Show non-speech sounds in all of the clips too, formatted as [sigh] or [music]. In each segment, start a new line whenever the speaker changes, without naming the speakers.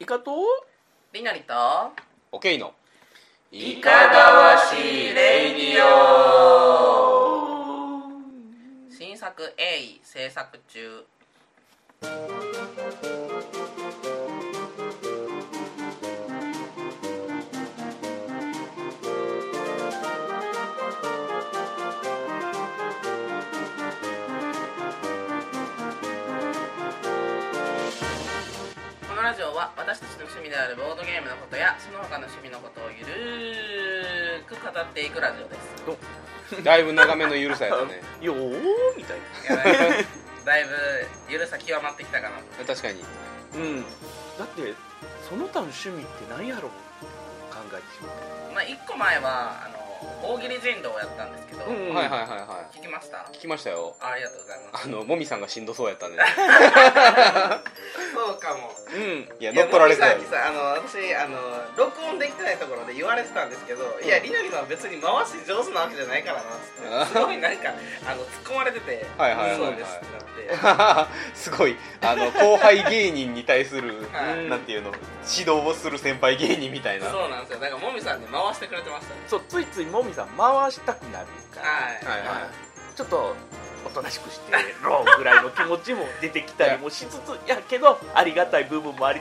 イカと
りなりと
オケイの
イ
カだわしレイディ
オ
新作「鋭意制作中このラジオは私たちの趣味であるボードゲームのことやその他の趣味のことをゆるーく語っていくラジオです
だいぶ長めのゆるさやったね
よーみたい
いやだいぶ [laughs] だいぶゆるさ極まってきたかな
[laughs] 確かに
なうんだってその他の趣味って何やろう考えてしまっ
まあ、1個前はあの大喜利人道をやったんですけど、
うん
はいはいはいは
聞きました
い聞きましたよ
あありがとうございま
あのもみさんがしんどそうやったね
すそうかも
たうん
いや乗っ取られたよ
いやもうさっきさあの私あの録音できてないところで言われてたんですけど、いやりなりさんは別に回し上手なわけじゃないからなっつってすごいなんかあの突っ込まれてて「
はいはいはいはい
そうです」ってなって
[laughs] すごいあの後輩芸人に対する、
はい
なんていうの指導をする先輩芸人みたいな
そうなんですよだからもみさんで回してくれてましたね
そうついついもみさん回したくなるから、
はい
はいはい
ちょっとおとなしくしてろうぐらいの気持ちも出てきたりもしつついやけどありがたい部分もあり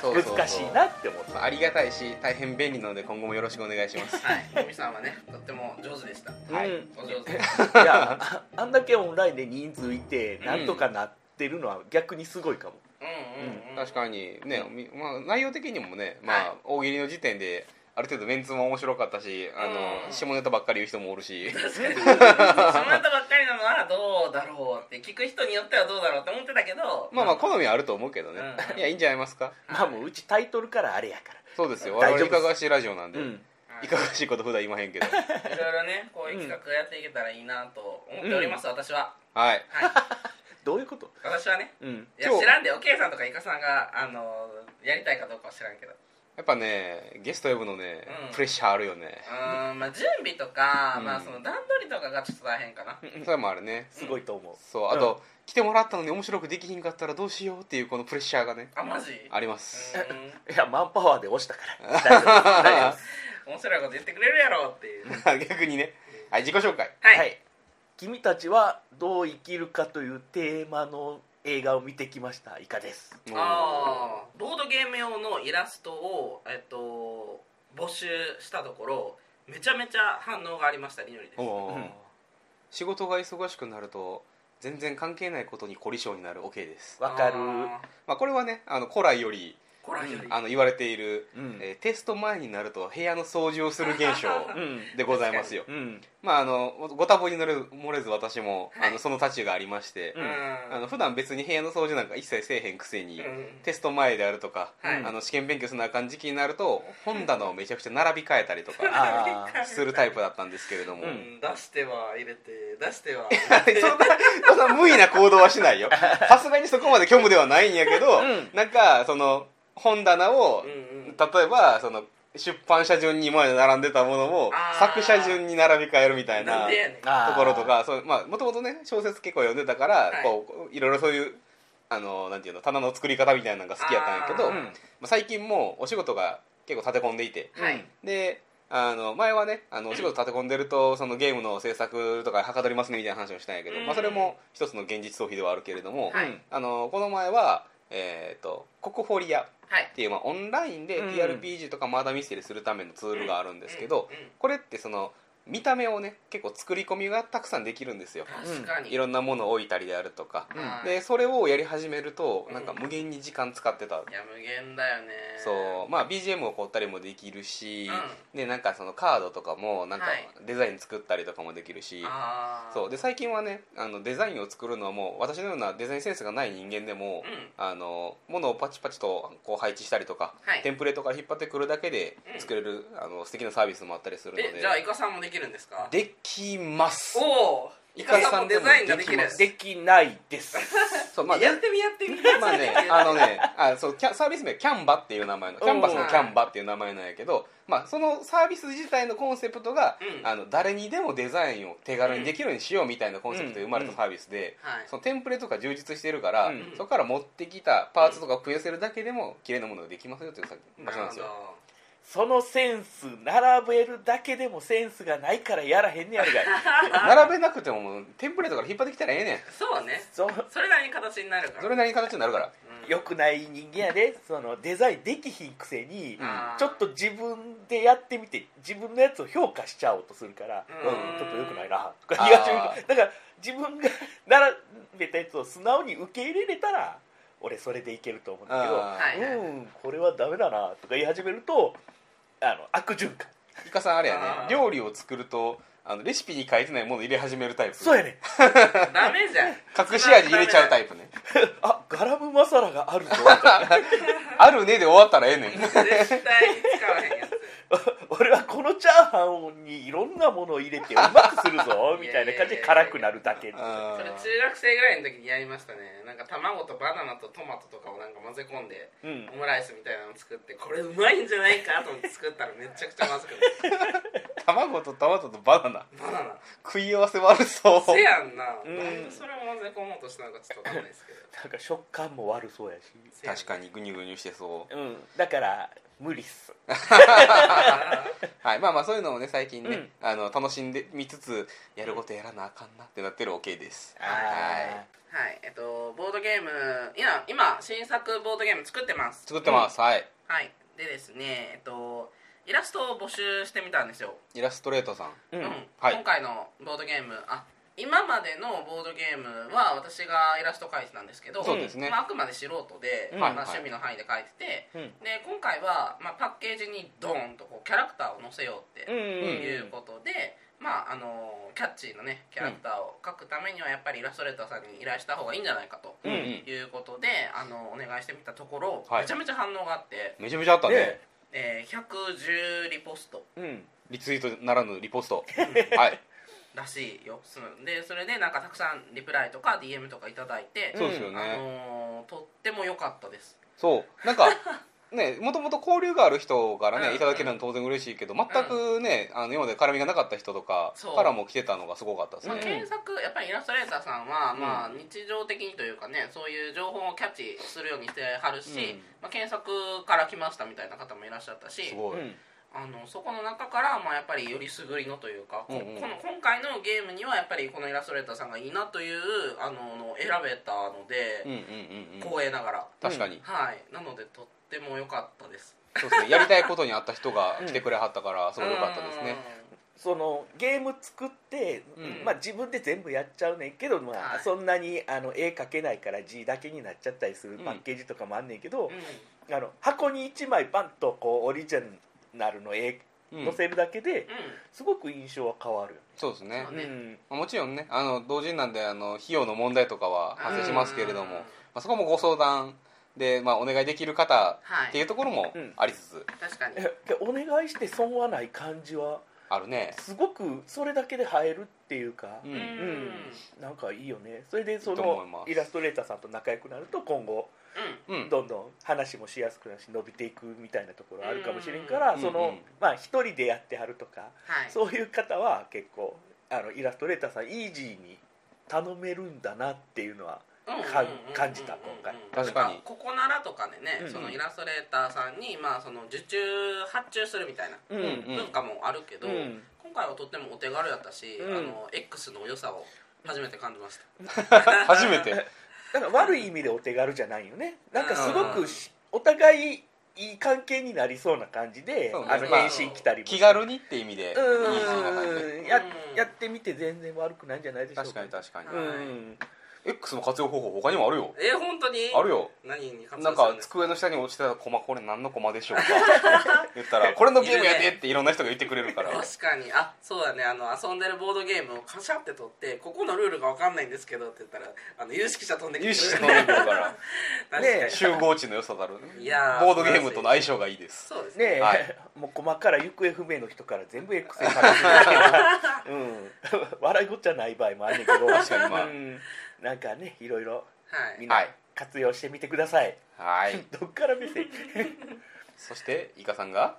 そう
つ
そ
つ
うそう
難しいなって思った
まあありがたいし大変便利なので今後もよろしくお願いします
はい、もみさんはねとっても上手でした
はい
うん
お [laughs] 上手で
いやああんだけオンラインで人数いてなんとかなってるのは逆にすごいかも、
うんうん、うん、
確かにね、みまあ、内容的にもね、まあ
はい
大喜利の時点である程度メンツも面白かったしあの、
うん
下ネタばっ [laughs] かり言う人もおるし
確かにその後ばっかりなのはどうだろうって聞く人によってはどうだろうって思ってたけど
まあまあ好みはあると思うけどね、
うん
いやいいんじゃないますか
まあもううちタイトルからあれやか
そうですよ
大
我
丈夫で
々い
す
かがわしいラジオなんで、
ら、うん、
はい
いかがわしいこと普段言いまへんけど
いろいろねこういう企画やっていけたらいいなと思っております、私は
はい [laughs]
はい
どういうこと、
私はね
うん、
いや
今日
知らんでおけいさんとかいかさんがあのやりたいかどうかは知らんけど
やっぱねゲスト呼ぶのね、
うん
プレッシャーあるよね
うーんまあ準備とか、
うん
まあその段取りとかがちょっと大変かな
それもあるね
すごいと思う
そうあと、来てもらったのに面白くできひんかったらどうしようっていうこのプレッシャーがね
あマジう
ありま
ー
す [laughs]
ん
いやマンパワーで押したから大丈夫です大丈夫です
面白いこと言ってくれるやろって
[laughs]
いう
逆にねはい自己紹介
はい、
はい君たちはどう生きるかというテーマの映画を見てきましたイカです
あーボードゲーム用のイラストを、えっと、募集したところめちゃめちゃ反応がありましたりのりです
おおー、
うん
仕事が忙しくなると全然関係ないことに凝り性になる OK です、
わかる
あー
まあ、これはねあの古来より
こらより
あの言われている、
うん
えーテスト前になると部屋の掃除をする現象
うん
でございますよ
うん
まああのごご多忙に乗れ漏れず私も、
はい
あのその立ちがありまして、
うん
あの普段別に部屋の掃除なんか一切せえへんくせに、
うん
テスト前であるとか、
はい
あの試験勉強するなあかん時期になると本棚をめちゃくちゃ並び替えたり
[laughs]
とか
あー
するタイプだったんですけれども、
う
うんん出しては入れて出しては
[laughs] そんなそんな無意な行動はしな
[laughs]
いよさすがにそこまで虚無ではないんやけど、
うん
なんかその本棚を、
うんうん
例えばその出版社順に今まで並んでたものを
あー
作者順に並び替えるみたい
な
なん
でやねん
あー
ところとかそうまあもともとね小説結構読んでたから、
はい
こういろいろそういうあのなんていうの棚の作り方みたいなのが好きやったんやけど、
あー
うん
まあ、最近もうお仕事が結構立て込んでいて
はい
であの前はねあのお仕事立て込んでるとそのゲームの制作とかはかどりますねみたいな話をしたんやけど、
うん
まあ、それも一つの現実逃避ではあるけれども、
はい
あのこの前は、えー、とコクフォリアっ
はい
ていう、まあ、オンラインで
うん
TRPG とかマーダーミステリーするためのツールがあるんですけど、
うんうん
これってその見た目をね結構作り込みがたくさんできるんですよ
確かに
いろんなものを置いたりであるとか、
うん
はい
でそれをやり始めるとなんか
うん
無限に時間使ってた、
いや無限だよね
そうまあ BGM を凝ったりもできるし、
う
でなんかそのカードとかもなんか
はい
デザイン作ったりとかもできるし、
あー
そうで最近はねあのデザインを作るのはもう私のようなデザインセンスがない人間で
うん
も、あのものをパチパチとこう配置したりとか、
はい
テンプレートから引っ張ってくるだけで
うん
作れる、あの素敵なサービスもあったりするので
えじゃあイカさんもできるんですか
できます
おおイカさんもデザインができる
イカさん
できないです
そうまあ
やってみやってみ
[laughs] まあね、
[laughs]
あのね、あそうキャサービス名キャンバっていう名前のキャンバスのキャンバっていう名前なんやけど、まあそのサービス自体のコンセプトが、
うん
あの誰にでもデザインを手軽にできるようにしようみたいなコンセプトで生まれたサービスで、
はい
そのテンプレとか充実してるから、
うん
そこから持ってきたパーツとかを増やせるだけでも綺麗なものができますよというさ場所なんですよ。
そのセンス並べるだけでもセンスがないからやらへんねや
[laughs]
るがい
並べなくてももうテンプレートから引っ張ってきたらええねん。
そうね
そう
それなりに形になるから
それなりに形になるから。
良くない人間やでそのデザインできひんくせに、
うん
ちょっと自分でやってみて自分のやつを評価しちゃおうとするから、
うん
うんちょっと良くない [laughs] なと
あ
か
ー
言わせるだから自分が並べたやつを素直に受け入れれたら俺それでいけると思うんだけど、
あー
はいはい
うんこれはダメだなとか言い始めるとあの悪循環
イカさんあれやね
あー、
料理を作るとあのレシピに書いてないものを入れ始めるタイプ。
そうやね
ダメじゃん
隠し味入れちゃうタ
イ
イプね。
あガラムマサラがあるぞみたいな
あるねで終わったらええねん。
[laughs] 絶対に使わへんやつ
[laughs] 俺はこのチャーハンにいろんなものを入れてうまくするぞみたいな感じで辛くなるだけ
あ
それ
ー
中学生ぐらいの時にやりましたねなんか卵とバナナとトマトとかをなんか混ぜ込んで
うん
オムライスみたいなの作ってこれうまいんじゃないかと思って作ったらめちゃくちゃまずくなっ
卵とトマトとバナナ
たバナナ
食い合わせ悪そう
せやんなだ
うん
いぶそれを混ぜ込もうとしたのかちょっとわかんないですけど
なんか食感も悪そうやし、
確かにグニュグニュしてそう
うん、だから無理っす
はいまあまあそういうのをね最近ね、
うん
あの楽しんでみつつやることやらなあかんなってなってる OK です
は
はいえっとボードゲームいや今新作ボードゲーム作ってます
作ってます、はい
はいでですねえっとイラストを募集してみたんですよ
イラストレーターさん
い、うん
うん
はい
今回のボードゲームあ今までのボードゲームは私がイラスト描いてたんですけど
そうですね
まあ、あくまで素人で、
うん
まあ
はいはい
趣味の範囲で描いてて、
うん
で今回は、まあ、パッケージにドーンとこうキャラクターを載せようっていうことで、まああのキャッチーなねキャラクターを描くためにはやっぱりイラストレーターさんに依頼した方がいいんじゃないかと
うん
いうことで、あのお願いしてみたところ、
はい
めちゃめちゃ反応があって、
めちゃめちゃあったね
ね
えー110リポスト
うんうん
リツイートならぬリポストはい
らしいよそのでそれでなんかたくさんリプライとか DM とかいただいて、
そうですよね、
あのーとっても良かったです
そうなんか [laughs] ねもともと交流がある人から
うん
ねいただけるのは当然嬉しいけど全くねあの今まで絡みがなかった人とか
そう
からも来てたのがすごかったです
まあ、
ね
検索やっぱりイラストレーターさんは、
うん
まあ、日常的にというかねそういう情報をキャッチするようにしてはるし、
うん
まあ、検索から来ましたみたいな方もいらっしゃったし
すごい、
あのそこの中から、まあ、やっぱりよりすぐりのというか、こ
うんうん
この今回のゲームにはやっぱりこのイラストレーターさんがいいなというあのの選べたの
う
で、
んうんうんうん
光栄ながら、
確かに、
はいなのでとっても良かったです
そうですねやりたいことにあった人が来てくれはったからすごい良かったですね
そのゲーム作って、
うん
まあ、自分で全部やっちゃうねんけど、まあ
はい
そんなにあの絵描けないから字だけになっちゃったりするパッケージとかもあんねんけど、
うん、
あの箱に1枚バンとこうオリジナルの絵
うん
載せるだけで、
う
すごく印象は変わるよ
そうですね
そう
ね
ね
まあもちろんねあの同人なんであの費用の問題とかは発生しますけれども、
うん
まあ、そこもご相談で、まあ、お願いできる方
はい
っていうところも
うん
ありつつ、
ん、確か
[laughs]
に
えでお願いして損はない感じは
あるね
すごくそれだけで映えるっていうか、
うん
うん、
なんかいいよねそれでそ
いいと思
の
います
イラストレーターさんと仲良くなると今後
うん
どんどん話もしやすくなるし伸びていくみたいなところあるかもしれんから、
うん
そ
うんう
の
ん
まあ一人でやってはるとか、
はい
そういう方は結構あのイラストレーターさんイージーに頼めるんだなっていうのはか感じた今回
確かに
ここならとかでね、
うん
そのイラストレーターさんに、まあ、その受注発注するみたいな
うん
うんうん
文化もあるけど、
うん
今回はとってもお手軽だったし、
うん
あの X の良さを初めて感じました
初めて
だから悪い意味でお手軽じゃないよねなんかすごくしお互いいい関係になりそうな感じで、
そうね
あの
まあ
返信来たりもして
気軽にって意味でいいですね
うんや
うん
やってみて全然悪くないんじゃないでしょう
確かに確かに、
うん
X の活用方法他にもあるよ
え本当に
あるよ
何に活用す
なん
る
か
んですか
机の下に落ちてたコマこれ何のコマでしょう
[laughs]
か言ったらこれのゲームやでっていろんな人が言ってくれるから
確かにあそうだねあの遊んでるボードゲームをカシャって取ってここのルールが分かんないんですけどって言ったらあの有識者飛んできて
有志のるから
確か
ね
に
集合値の良さだろ
いやー
ボードゲームとの相性がいいです
そうですね
ねえ、
はい
[laughs] もう細から行方不明の人から全部 X にされてるけど、うん、 [laughs] 笑いごっちゃない場合もあんねんけど
確かにまあ
うん、なんかねいろいろ
はい
みんな
はい
活用してみてください、
はい
[laughs] どっから目線
そしてイカさんが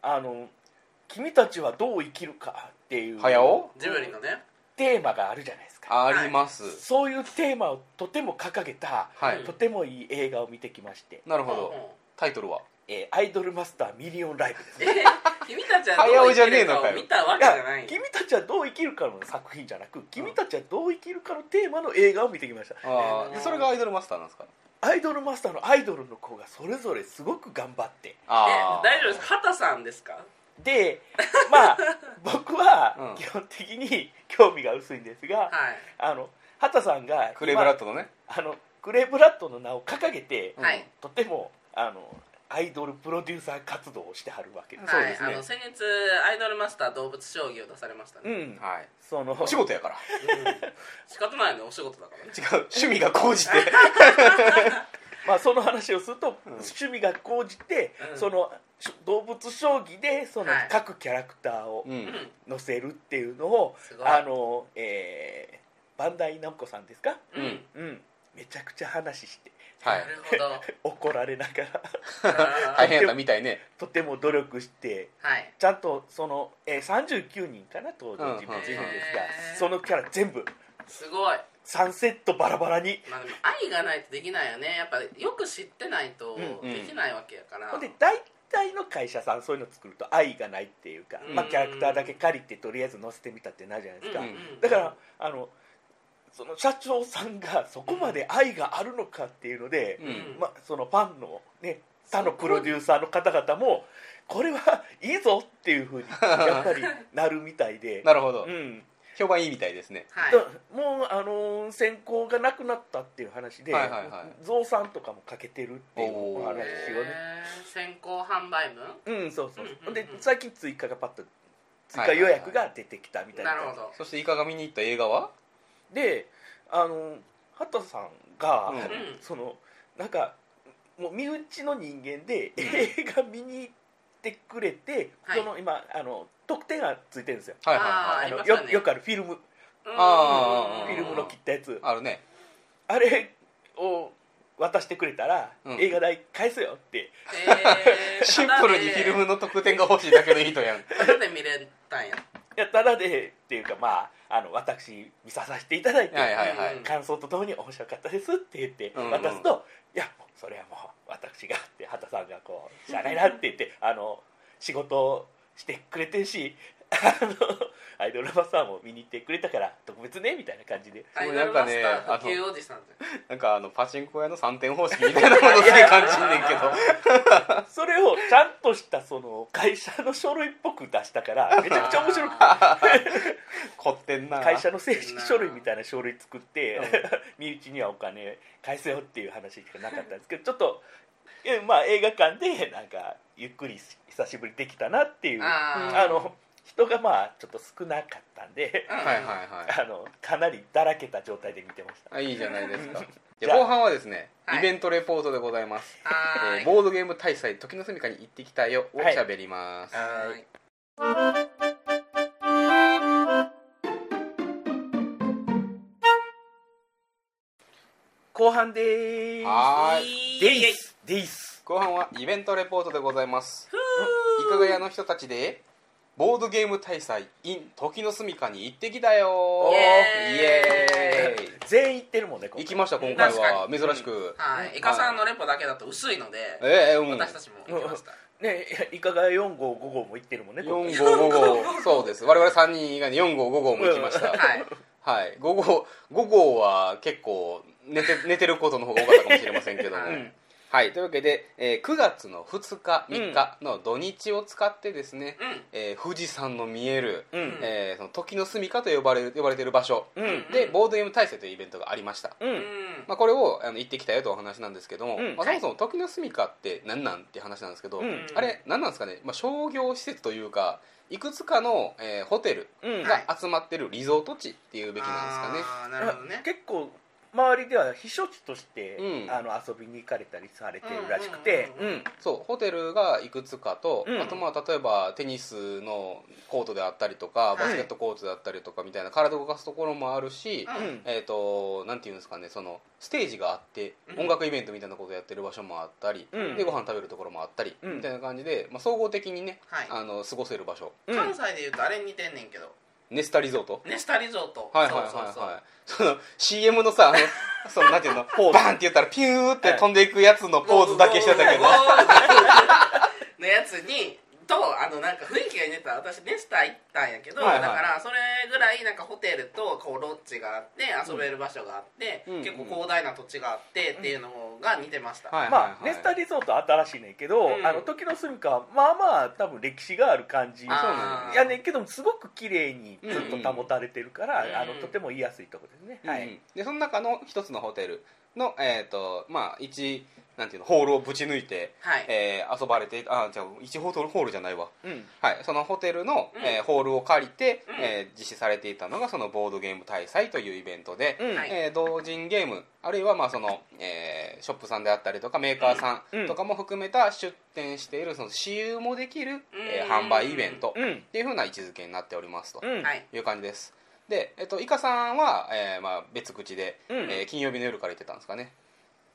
あの「君たちはどう生きるか」っていう
早尾
ジブリのね
テーマがあるじゃないですか
あります
そういうテーマをとても掲げた、
はい
とてもいい映画を見てきまして
なる
うん
ほ
うん
どタイトルは
えーアイドルマスターミリオンライブです
え
ね
[laughs] 君たちはどう生きるかを見たわ
い
けじ
や
ゃない
君たちはどう生きるかの作品じゃなく君たちはどう生きるかのテーマの映画を見てきました
あ
えー
ーでそれがアイドルマスターなんですか
アイドルマスターのアイドルの子がそれぞれすごく頑張って
え
ああ
大丈夫です畑さんですか [laughs]
でまあ僕
うん
は基本的に興味が薄いんですが、
はい
あの畑さんが
クレイブラッ
ト
ドのね
あのクレーブラッドの名を掲げて、
うん
はい
とてもあのアイドルプロデューサー活動をしてはるわけです、
そうですね
はい、あの先日アイドルマスター動物将棋を出されましたね、
うん
はい
その
お仕事やから
うん仕方ないねお仕事だからね
違う趣味が高じて
まあ、その話をすると、
うん
趣味が高じて、
うん
そのし動物将棋でその
はい
各キャラクターを
う
うん
ん
載せるっていうのを、
すごい
あのえーバンダイナムコさんですか、
うん
うん
うん、めちゃくちゃ話して
はい
なるほど
怒られながら
は
大
い
変やったみたいね
とても努力して
はい
ちゃんとその、えー39人かな登場人物いるんですが
うん
へ
うん
ー、
そのキャラ全部
すごい、
3セットバラバラに。
まあ、でも愛がないとできないよねやっぱよく知ってないと
うん
うん
できないわけやから、
ほんで大体の会社さんそういうの作ると愛がないっていうか、まあ、
うん
キャラクターだけ借りてとりあえず載せてみたってなるじゃないですか、
うんうんうん
だからあのその社長さんがそこまで愛があるのかっていうので、
うん。
まあ、そのファンの、ね、他のプロデューサーの方々もこれはいいぞっていうふうにやっぱりなるみたいで
[laughs] なるほど
うん
評判いいみたいですね
はい
だもう、あのー選考がなくなったっていう話で、
はいはいはい
増産とかもかけてるっていうお話をね
へー先行販売分
うんそうそう
うんうんうん
ほんで最近追加がパッと追加予約が出てきたみたいな
なる
感じ
ほど
そしてイカが見に行った映画は
であの畑さんが、
うんうん
そのなんかもう身内の人間で映画見に行ってくれて、
はい
その今あの特典がついてるんですよ
はい
あ
は
ー
あ
り
の
ました
よ
ね
よくあるフィルム
うん
あー
フィルムの切ったやつ
いはいあるね
あれを渡してくれたら、
うん
映画代返すよって
へー
[laughs] シンプルにフィルムの特典が欲しいだけの人やん
タダで見れたんや
いやただでっていうかまああの私見ささせていただいて、
はいはいは
うん
い
感想とともに面白かったですって言って
うんうん
渡すと、いやもうそれはもう私がって畑さんがこうしゃあないなって言ってあの仕事をしてくれてるしあのアイドルマスターも見に行ってくれたから特別ねみたいな感じで
アイ
も
ド
な
ル
んか
マス
ね
ター普及おじさんじ
なんかあのパチンコ屋の3点方式みたいなものすげえ感
[laughs]
じんねんけど
それをちゃんとしたその会社の書類っぽく出したからめちゃくちゃ面白くて
凝ってんな
会社の正式書類みたいな書類作って、 [laughs] 身内にはお金返せよっていう話しかなかったんですけどちょっとえまあ映画館でなんかゆっくり久しぶりにできたなっていう
あ
あ
ー
の人がまあちょっと少なかったんで、
ゃん
はいはい
い
は
あのかなりだらけた状態で見てました
いあいいじゃないですかで
じゃあ
後半はですね
はい
イベントレポートでございます
はー
えー
い
ボードゲーム大祭時の住みかに行ってきたよを
はい
喋ります
はーい
後半でー
はーい
す
い
でーすでーす
後半はイベントレポートでございますいかが屋の人たちでボードゲーム大祭 in 時の住みかに行ってきたよ
イ
エ
イエーイ
全員行ってるもんね
行きました今回は
確かに
珍しく
はいイカさんのレポだけだと薄いので
ええうん
私たちも行きました
ねいかが4号5号も行ってるもんね今回
4号5号そうです我々3人以外に4号5号も行きました
はい
はい5号5号は結構寝て寝てることの方が多かったかもしれませんけども
はい
うん
はい、というわけで、えー9月の2日3日の土日を使ってですね、
う
えー富士山の見える、
うん
えーその時の住処と呼ばれる呼ばれている場所
うんうん
でボードゲーム大祭というイベントがありました、
うん
うんん
まあ、これをあの行ってきたよとお話なんですけども、
うん
まあ、そもそも時の住処って何なんって話なんですけど、
うん
あれ何なんですかね、まあ、商業施設というかいくつかの、えーホテル
うん
が集まってるリゾート地っていうべきなんです
あ
かね
ーなるほどね
結構周りでは避暑地として、
うん
あの遊びに行かれたりされてるらしくて、
うんうんうんうん
そうホテルがいくつかと、
うん
あとまあ例えばテニスのコートであったりとか
い
バスケットコートであったりとかみたいな体を動かすところもあるし、
うん
うん
えー、となんていうんですかねそのステージがあって
うん
音楽イベントみたいなことをやってる場所もあったり、
うん
でご飯食べるところもあったり、
うん
みたいな感じで、まあ、総合的にね、
はい
あの過ごせる場所
うん
関西で言うとあれに似てんねんけど
ネスタリゾート
ネスタリゾート
はいはいはい
そうそうそう
はいその CM
[laughs]
のさあのそのなんていうの
ポーズ
バンって言ったらピューって飛んでいくやつのポーズだけしてたけど
ゴーゴーゴ [laughs] ーのやつにとあのなんか雰囲気が似てた私ネスタ行ったんやけど、
はいはい
だからそれぐらいなんかホテルとこうロッジがあって遊べる場所があって、
うん
結構広大な土地があってっていうのが似てました、
はい
まあ、ネスタリゾートは新しいねんけど、
うん
あの時の住みかはまあまあ多分歴史がある感じ
あ
や
ー
ねんけどもすごく綺麗にずっと保たれてるから、
うん
あのとても言いやすいとこですね、は
う
い
ん、でその中の一つのホテルの、えーとまあ、一なんていうのホールをぶち抜いて、
はい
えー遊ばれてあじゃあ一ホールホールじゃないわ、
うん
はい、そのホテルの、
うん
えーホールを借りて、
うん
えー実施されていたのがそのボードゲーム大祭というイベントで、
うん
はい
えー同人ゲームあるいはまあその、えーショップさんであったりとかメーカーさ
うん
んとかも含めた出店しているその私有もできる、えー販売イベント
うん
っていうふうな位置づけになっておりますと。
うん
はい
いう感じですで、えっと、イカさんは、えーまあ、別口で、
うん
えー金曜日の夜から行ってたんですかね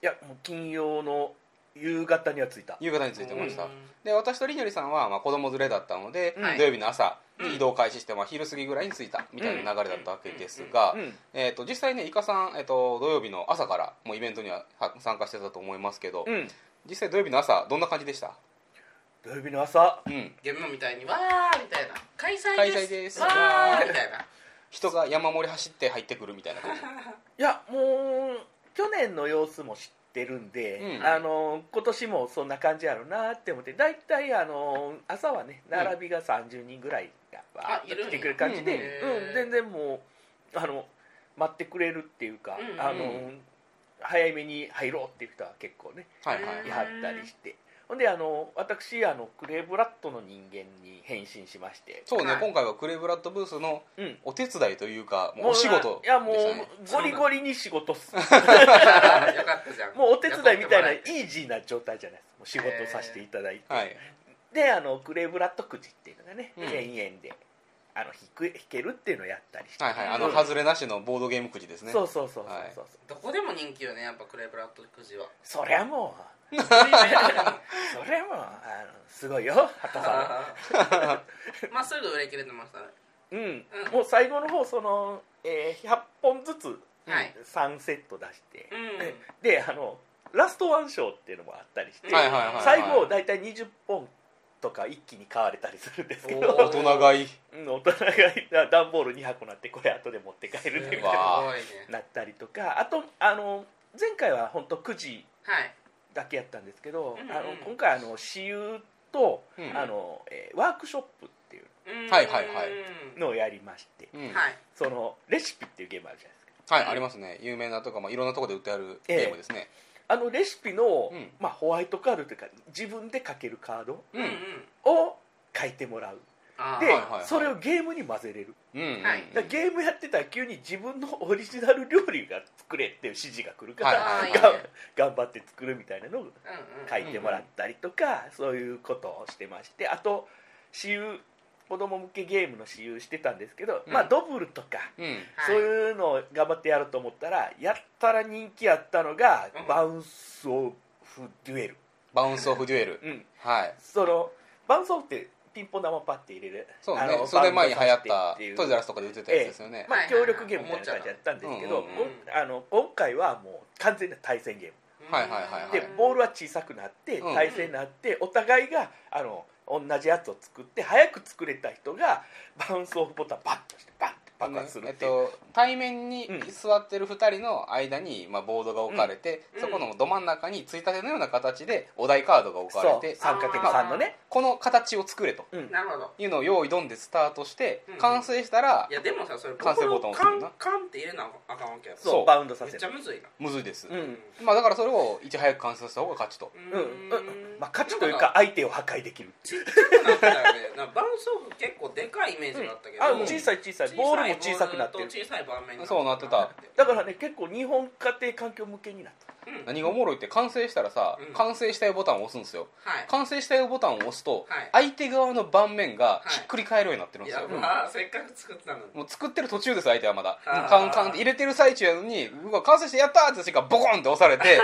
いやもう金曜の夕方には着いた
夕方についてました、
うん
で私とりのりさんは、まあ、子供連れだったので、
はい
土曜日の朝に移動開始して、まあ、昼過ぎぐらいに着いたみたいな流れだったわけですが、
うん
えっと実際ねイカさん、えっと土曜日の朝からもうイベントにはは参加してたと思いますけど、
うん
実際土曜日の朝どんな感じでした、
土曜日の朝
うん、
ゲームみたいにわーみたいな開催です
開催です
わーみたいな
人が山盛り走って入ってくるみたいな
[laughs]
感じ
いやもう去年の様子も知ってるんで、
うん
あの今年もそんな感じやろうなって思って大体あの朝はね
うん
並びが30人ぐらいがわーっ
あいるん
と来て
や
くれる感じで、
うん
うん全然もうあの待ってくれるっていうか、
うん
あ
う
の早めに入ろうっていう人は結構ね
はいはい
い
うん
はい
はったりして。ほんであの私あのクレーブラッドの人間に変身しまして、
そうね、
はい
今回はクレイブラッドブースの
うん、
お手伝いというかもうお仕事
いやもう
でし
ゴ
たね
リゴリに仕事っす
よかったじゃん
もうお手伝いみたいな
や
イージーな状態じゃないですもう仕事させていただいて、
はい
であのクレーブラットくじっていうのがね、
うん
1000円であの引く引けるっていうのをやったりして、
はいはい、あ
う
の
ん
外れなしのボードゲームくじですね
そうそうそうそうそう、
はい
どこでも人気よねやっぱクレーブラッドく
[laughs]
じは [laughs]
そりゃもうそりゃもうあのすごいよ畑さ
まあすぐ売り切れてましたね
んうん、
うん
もう最後の方その、えー100本ずつ
はい
3セット出して、
うん
であのラストワン賞っていうのもあったりして、
はいはいはい、はい、
最後大体20本とか一気に買われたりするんですけ
おー
ど
大人買い
うん大人がだ段ボール2箱なってこれ後で持って帰るねみたい
わ
な
あ
すごいね
なったりとかあとあの前回は本当くじ
はい
だけやったんですけど、
うんうん
あの今回あの私有と、
うん
あのえーワークショップっていう
うん
はいはいはい
のをやりまして、
うんはい、
はい
そのレシピっていうゲームあるじゃないですか
ありますね有名なとか、まあ、いろんなとこで売ってあるゲームですね、
あのレシピの、
うん
まあ、ホワイトカードというか自分で書けるカード
うんうん
を書いてもらう
あ
で、
ー
いはい
それをゲームに混ぜれる
うんうん
はい
だからゲームやってたら急に自分のオリジナル料理が作れっていう指示が来るから、
はい
がん頑張って作るみたいなのを
うんうん
書いてもらったりとか、そういうことをしてましてあと私有子供向けゲームの私有してたんですけど、
うん
まあドブルとか、
うん
はい
そういうのを頑張ってやろうと思ったらやったら人気あったのが、
うん
バウンス・オフ・デュエル、
バウンスオフデュエル、
うん、
はい
そのバウンス・オフってピンポン玉パッて入れる
そう
あ
ね
の
それ前に流行っ
バウンドさせて
た
っていう
トイザラスとかで売ってたやつですよね、
ま
は
あ、
いはいは
協
い
力ゲームみたいな感じだったんですけど、
う
うんうん
ん
おあの今回はもう完全な対戦ゲ
はいはいはい
ー
は
ム
い
でボールは小さくなって
うん
対戦になってお互いがあの同じやつを作って早く作れた人がバウンスオフボタンバッとしてバッて爆発する
え
っ
って
いう、
と、対面に
うん
座ってる2人の間に、まあ、ボードが置かれて、
うん
そこのど真ん中についたてのような形でお題カードが置かれ
そう
て
三角
あー
さんのね
この形を作れと
うん
なるほど
いうのを用意どんでスタートして
うん
完成したら
いやでもさそれ
完成ボタン押すもんな
ボタンカンカンって入れなあかんわけやろ
そう
そう
バウンドさ
め
せ
っちゃ
る
むずいな
むずいです、
うんうん
まあ、だからそれをいち早く完成した方が勝ちと
うんうんまあ価値という
なん
か相手を破壊できる
ちっちゃくなったよねなんかバウンスオフ結構でかいイメージがあったけど、
あもう小さい小さいボールも小さくなってる
小さいボールと小さい盤面に
そうなってた
だからね結構日本家庭環境向けになった
うん
何がおもろいって完成したらさ、
うん
完成したいボタンを押すんですよ
はい
完成したいボタンを押すと、
はい
相手側の盤面が
はい
ひっくり返るようになってるんですよ、
やばーせっかく作ってたのに
もう作ってる途中です相手はまだ
あー
カンカンって入れてる最中やのにうわ完成してやったーって私がボコンって押され
[laughs]
て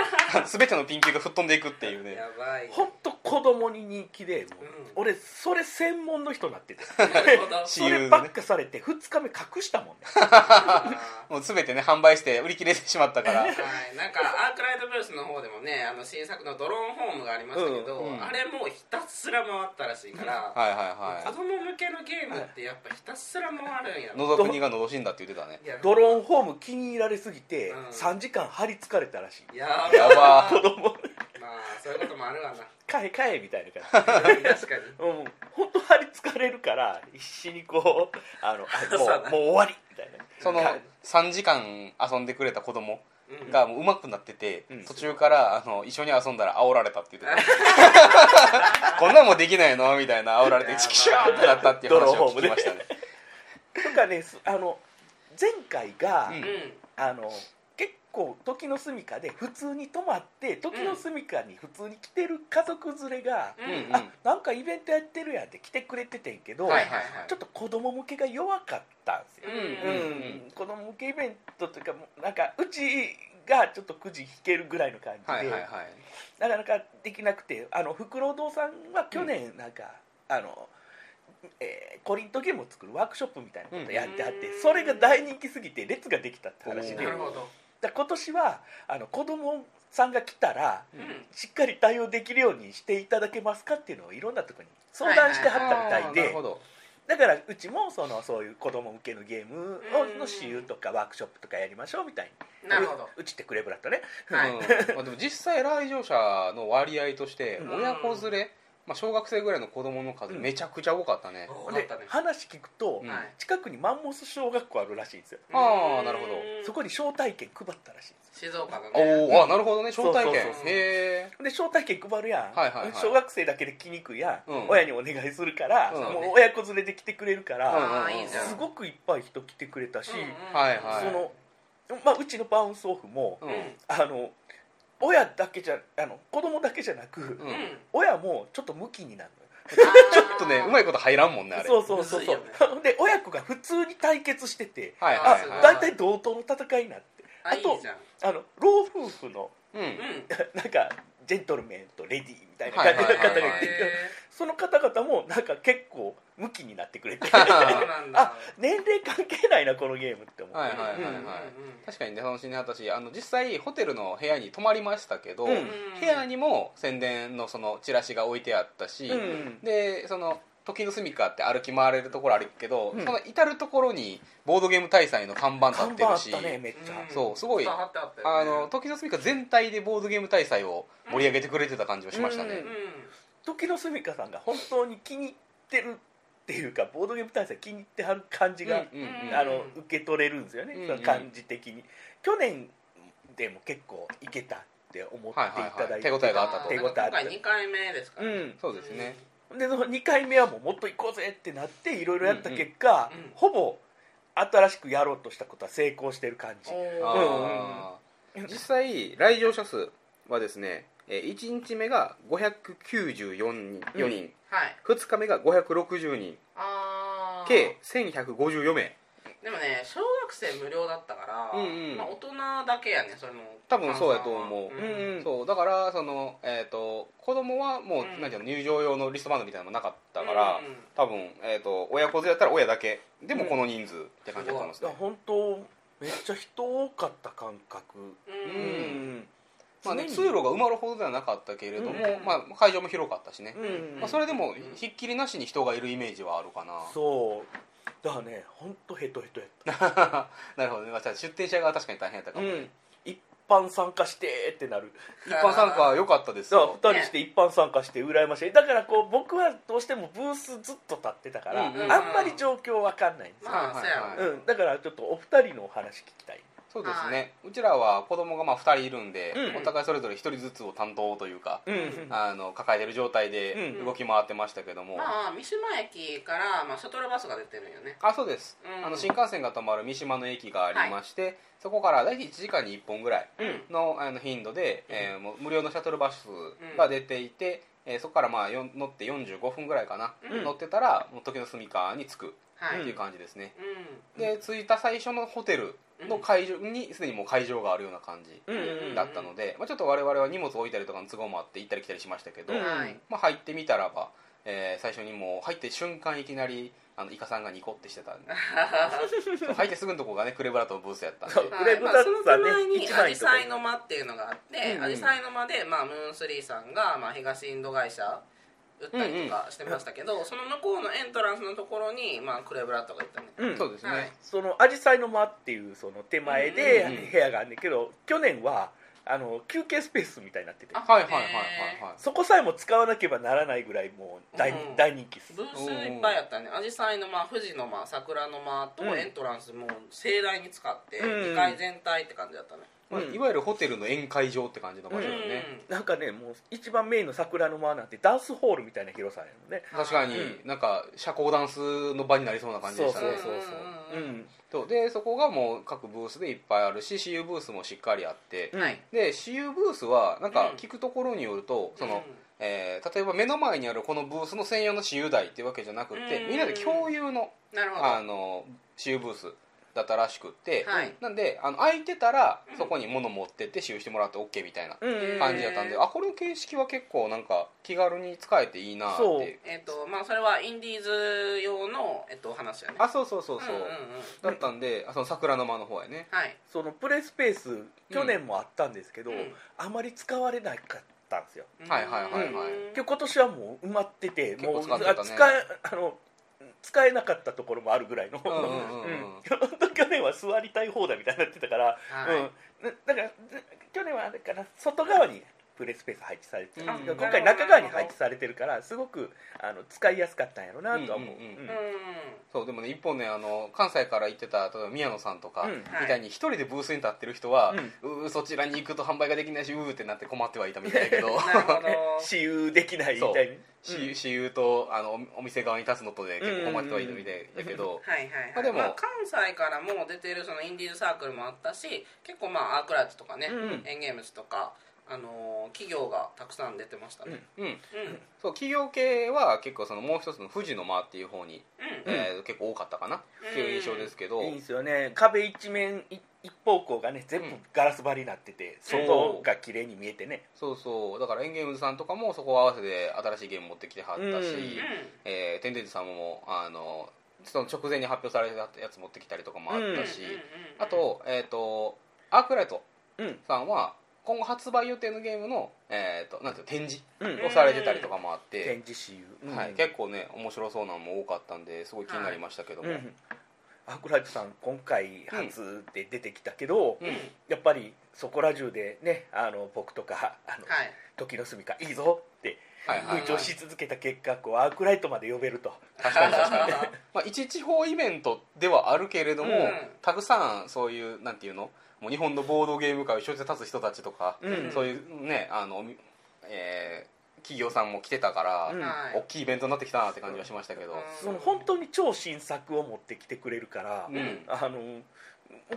全てのピンキーが吹っ飛んでいくっていうね
やばい
本当子供に人気でもう、
うん
俺それ専門の人になってた
なるほど
[laughs]
し
そればっかされて2日目隠したもんね
あー
もう全てね販売して売り切れてしまっ
[laughs]
たから
はい、なんかアークライトブルースの方でもねあの新作のドローンホームがありましたけど、
うんうん
あれもうひたすら回ったらしいから、
はいはい
子
は
供向けのゲームってやっぱひたすら回るんや
い
ろ
のぞくにがのどしんだって言ってたね
いや
ドローンホーム気に入られすぎて、
うん
3時間張り付かれたらしい
やば
やば
子供
まあそういうこともあるわな
[laughs]
買え買えみたいな感じ
確か
うん本当張り付かれるから必死にこうあのあも
そうだ
うもう終わりみたいな
その
はい
3時間遊んでくれた子供
に、うん、
がもう上手くなってて、
うん
途中からあの一緒に遊んだら煽られたって言ってた [laughs] こんなんもできないのみたいな煽られてチキシャーってなったっていう話を聞きましたね
とかねすあの前回が、
うん
う
あの結構時の住みかで普通に泊まって時の住みかに普通に来てる家族連れが、
んうん
うん
あなんかイベントやってるやんって来てくれててんけど、
はいはいはい
ちょっと子供向けが弱かったんですよ、
う
うん
ん
子供向けイベントというかもうなんかうちがちょっとくじ引けるぐらいの感じで、
はいはいはい
なかなかできなくてあのフクロウ堂さんは去年なんか、あのえーコリントゲームを作るワークショップみたいなことやってあって、
うん
それが大人気すぎて列ができたって話
うん
で
なるほど、
だ今年はあの子供さんが来たら
うん
しっかり対応できるようにしていただけますかっていうのをいろんなところに相談してはったみたい
あーなる
で
ほど
だからうちもそのそういう子供向けのゲーム
うん
をの私有とかワークショップとかやりましょうみたいに
なるほど
ううちってクレブラットね
はい
うんまあ、でも実際来場者の割合として
うん
親子連れ、まあ、小学生ぐらいの子供の数
うん
めちゃくちゃ多かったね、
多
ほん
かっ
で
たね
話聞くと、
うん
はい
近くにマンモス小学校あるらしいんですよ
あーなるほど
うん
そこに招待券配ったらしいんです
静岡のね
おおあなるほどね招待券
そう
そうそう
へえ
で招待券配るやん、
はいはいはい
小学生だけで来にくいやん、
うん
親にお願いするから、
うん
もう親子連れで来てくれるから、
ああいいじゃん
すごくいっぱい人来てくれたし、
はいはい
その、まあ、うちのバウンスオフも、
うん
あの親だけじゃあの子供だけじゃなく、
うん
うんうん
親もちょっと向きになる
ちょっとねうまいこと入らんもんね
の
あ
よ
れ
そうそうそう
むずい
そ
よ
う
ね、
ほんで親子が普通に対決してて、
はい
あ
はい
すご
はい
大体同等の戦いになって
あ
あ
いい
と
じゃん
あの老夫婦の [laughs]
うん
うん
なんかジェントルメンとレディーみたいな感じの方がいて、
はいはいは
その方々もなんか結構向きになってく
[laughs]
れて
へーそうなんだ
あ年齢関係ないなこのゲームって思う、
はいはいはいはい
うん
確かにねその新年私あの実際ホテルの部屋に泊まりましたけど、
うん
部屋にも宣伝のそのチラシが置いてあったし、
うん
でその時の住みかって歩き回れるところあるけど、
うん
その至る所にボードゲーム大祭の看板立
看
って
板あ
る
っ
した
ねめっちゃ、
うん
そうすごい
伝わってあったよね
あの時の住みか全体でボードゲーム大祭を盛り上げてくれてた感じはしましたね
うん、
時のすみかさんが本当に気に入ってるっていうかボードゲーム大祭気に入ってはる感じが、
うんうんうん
あの受け取れるんですよね、
うんうん
その感じ的に去年でも結構いけたって思っていただいて、
はいはいはい手応えがあったと
手応えあ
今
った
回2回目ですからね
そうですね、
うん、でその2回目はもうもっと行こうぜってなっていろいろやった結果、
うんうんうん
ほぼ新しくやろうとしたことは成功してる感じ、
あー実際来場者数はですね1日目が594人4人、
はい
2日目が560人
あー
計1154名
でもね小学生無料だったから、
うんうん
まあ、大人だけやねそれも
多分そうやと思う
換算は
うんうん
そうだからその、えー、と子供はもう,、
うん
なんていうの入場用のリストバンドみたいなのもなかったから、
うんうん
多分、えー、と親子連れだったら親だけでもこの人数って感じだと思います
だ
ね
から、本当めっちゃ人多かった感覚、
うん
うんまあね、
常に
通路が埋まるほどではなかったけれども、
うん
まあ、会場も広かったしね、
うん
まあ、それでもひっきりなしに人がいるイメージはあるかな、
そうだからね本当ヘトヘトやった、
[laughs] なるほどね、まあ、じゃあ出店者が確かに大変やったかも、ね
一般参加してってなる
一般参加は良かったです
だ
よ
から2人して一般参加して羨ましいだからこう僕はどうしてもブースずっと立ってたから、
うんうんうん
あんまり状況わかんないんですよ、
まあ
はい
そうや
はい
ろ
は
うん、だからちょっとお二人のお話聞きたい
そうですね、うちらは子供がまあ2人いるんで、
うん
お互いそれぞれ1人ずつを担当というか、
うん
あの抱えてる状態で
うん
動き回ってましたけども、
まあ三島駅から、まあ、シャトルバスが出てるんよね
あそうです、
うん
あの新幹線が止まる三島の駅がありまして、そこから大体1時間に1本ぐらい
うん
のあの頻度で、
うん
えーもう無料のシャトルバスが出ていて、えーそこからまあよん乗って45分ぐらいかな、
うん
乗ってたらもう時の住みかに着く
は
っ
い、
て
うん
いう感じですね、で着いた最初のホテルの
うん
会場にすでにもう会場があるような感じ
うんうん
だったので、まあ、ちょっと我々は荷物置いたりとかの都合もあって行ったり来たりしましたけど、
うん
はい
まあ、入ってみたらば、えー最初にもう入って瞬間いきなりあのイカさんがニコってしてたん
[laughs]
でそう入ってすぐのとこがねクレブラとブースやったんで
そう
はい
グレープダッツ
まあ
はね
その手前に
一
ア
番い
ジ
いとこ
サイの間っていうのがあって、
うんうん
アジサイの間で、まあ、ムーンスリーさんが、まあ、東インド会社売ったりとかしてましたけど、その向こうのエントランスのところに、まあ、クレブラットがいたね、
うん
そうですね、
はい
そのアジサイの間っていうその手前で
うんうんうん
部屋があるんだけど去年はあの休憩スペースみたいになってて
あ
はいはいはいはいはい
そこさえも使わなければならないぐらいもう大,、
うん
大人気です
ブースいっぱいあったねアジサイの間富士の間桜の間と
うん
エントランスも盛大に使って、
うん
2階全体って感じだったね、
まあ
うん
いわゆるホテルの宴会場って感じの場所
う
だ
ん
よね、
なんかねもう一番メインの桜の間なんてダンスホールみたいな広さやのね
確かに
う
なんか社交ダンスの場になりそうな感じでしたね
そうそうう
うんうん
ん
そうでそこがもう各ブースでいっぱいあるし CU ブースもしっかりあって、
うん
はい
で CU ブースはなんか
うん
聞くところによると、そ
う
の、
ん
えー例えば目の前にあるこのブースの専用の私有台っていうわけじゃなくて、
うん
みんなで共有の
なるほど
あの私有ブースだったらしくって、
はい
なんであの空いてたらそこに物持ってって使用してもらって OK みたいな
うん
うん
感じだったんで、あこの形式は結構なんか気軽に使えていいなって
そう
えっ、とまあそれはインディーズ用の、えっと、お話やね
あそうそうそうそう、
んんん
だったんであその桜の間の方やね
はい
そのプレイスペース去年もあったんですけど、
うん
あまり使われなかったんですよ
はいはいはいはい
うん
で今年はもう埋まってて
結構
もう
使ってたね
あ使えあの使えなかったところもあるぐらいの、
うんうんうん
うん去年は座りたい放題みたいになってたから、
はい
うん、なだからで去年はあれかな外側にプレイスペース配置されてたんですけど、
うん
今回中側に配置されてるからすごくあの使いやすかったんやろうなとは思う。
うんうん
うん
う
そうでもね一方ねあの関西から行ってた例えば宮野さんとか、
うん
みたいに一人でブースに立ってる人は、うーそちらに行くと販売ができないしうーってなって困ってはいたみたい
[laughs]
だけど
んなる
[laughs]
ほど
私有できないみたいに
私有私有とあのおお店側に立つのとで結構困ってはいるみたいだ
[laughs]
けど、
はいはいはい、
ま
ま
あ
あ、
でも
関西からも出てるそのインディーズサークルもあったし結構まあアークライツとかね、
うんうん
エンゲームズとか、あのー企業がたくさん出てましたね
うん
うんうん
そう企業系は結構そのもう一つの富士の間っていう方に、
うん
えー結構多かったかなっていう印象ですけど、
いいんですよね壁一面い一方向がね全部
うん
ガラス張りになってて
そう
外が綺麗に見えてね
そうそうだからエンゲームズさんとかもそこ合わせて新しいゲーム持ってきてはったし、
うん
えー、天電寺さんもあのその直前に発表されたやつ持ってきたりとかもあったし、あと,、えー、とアークライト
うん
さんは今後発売予定のゲームの、えー、となんていうの展示
うん
をされてたりとかもあって、
展示私有、
はい、結構ね面白そうなのも多かったんですごい気になりましたけど
構
も、
うんアクライトさん今回初で出てきたけど、
うん
やっぱりそこら中でねあの僕とかあの、
はい
時の住みかいいぞって
はいはいはい
吹聴し続けた結果こうアークライトまで呼べると
確かに確かに、
[laughs]
まあ、一地方イベントではあるけれども、
うん
たくさんそういうなんていうのもう日本のボードゲーム界を一緒に立つ人たちとか、
うん
そういうねあの、えー企業さんも来てたから、
うん
はい
大きいイベントになってきたなって感じがしましたけど、
うん
その本当に超新作を持ってきてくれるから、
うん
あの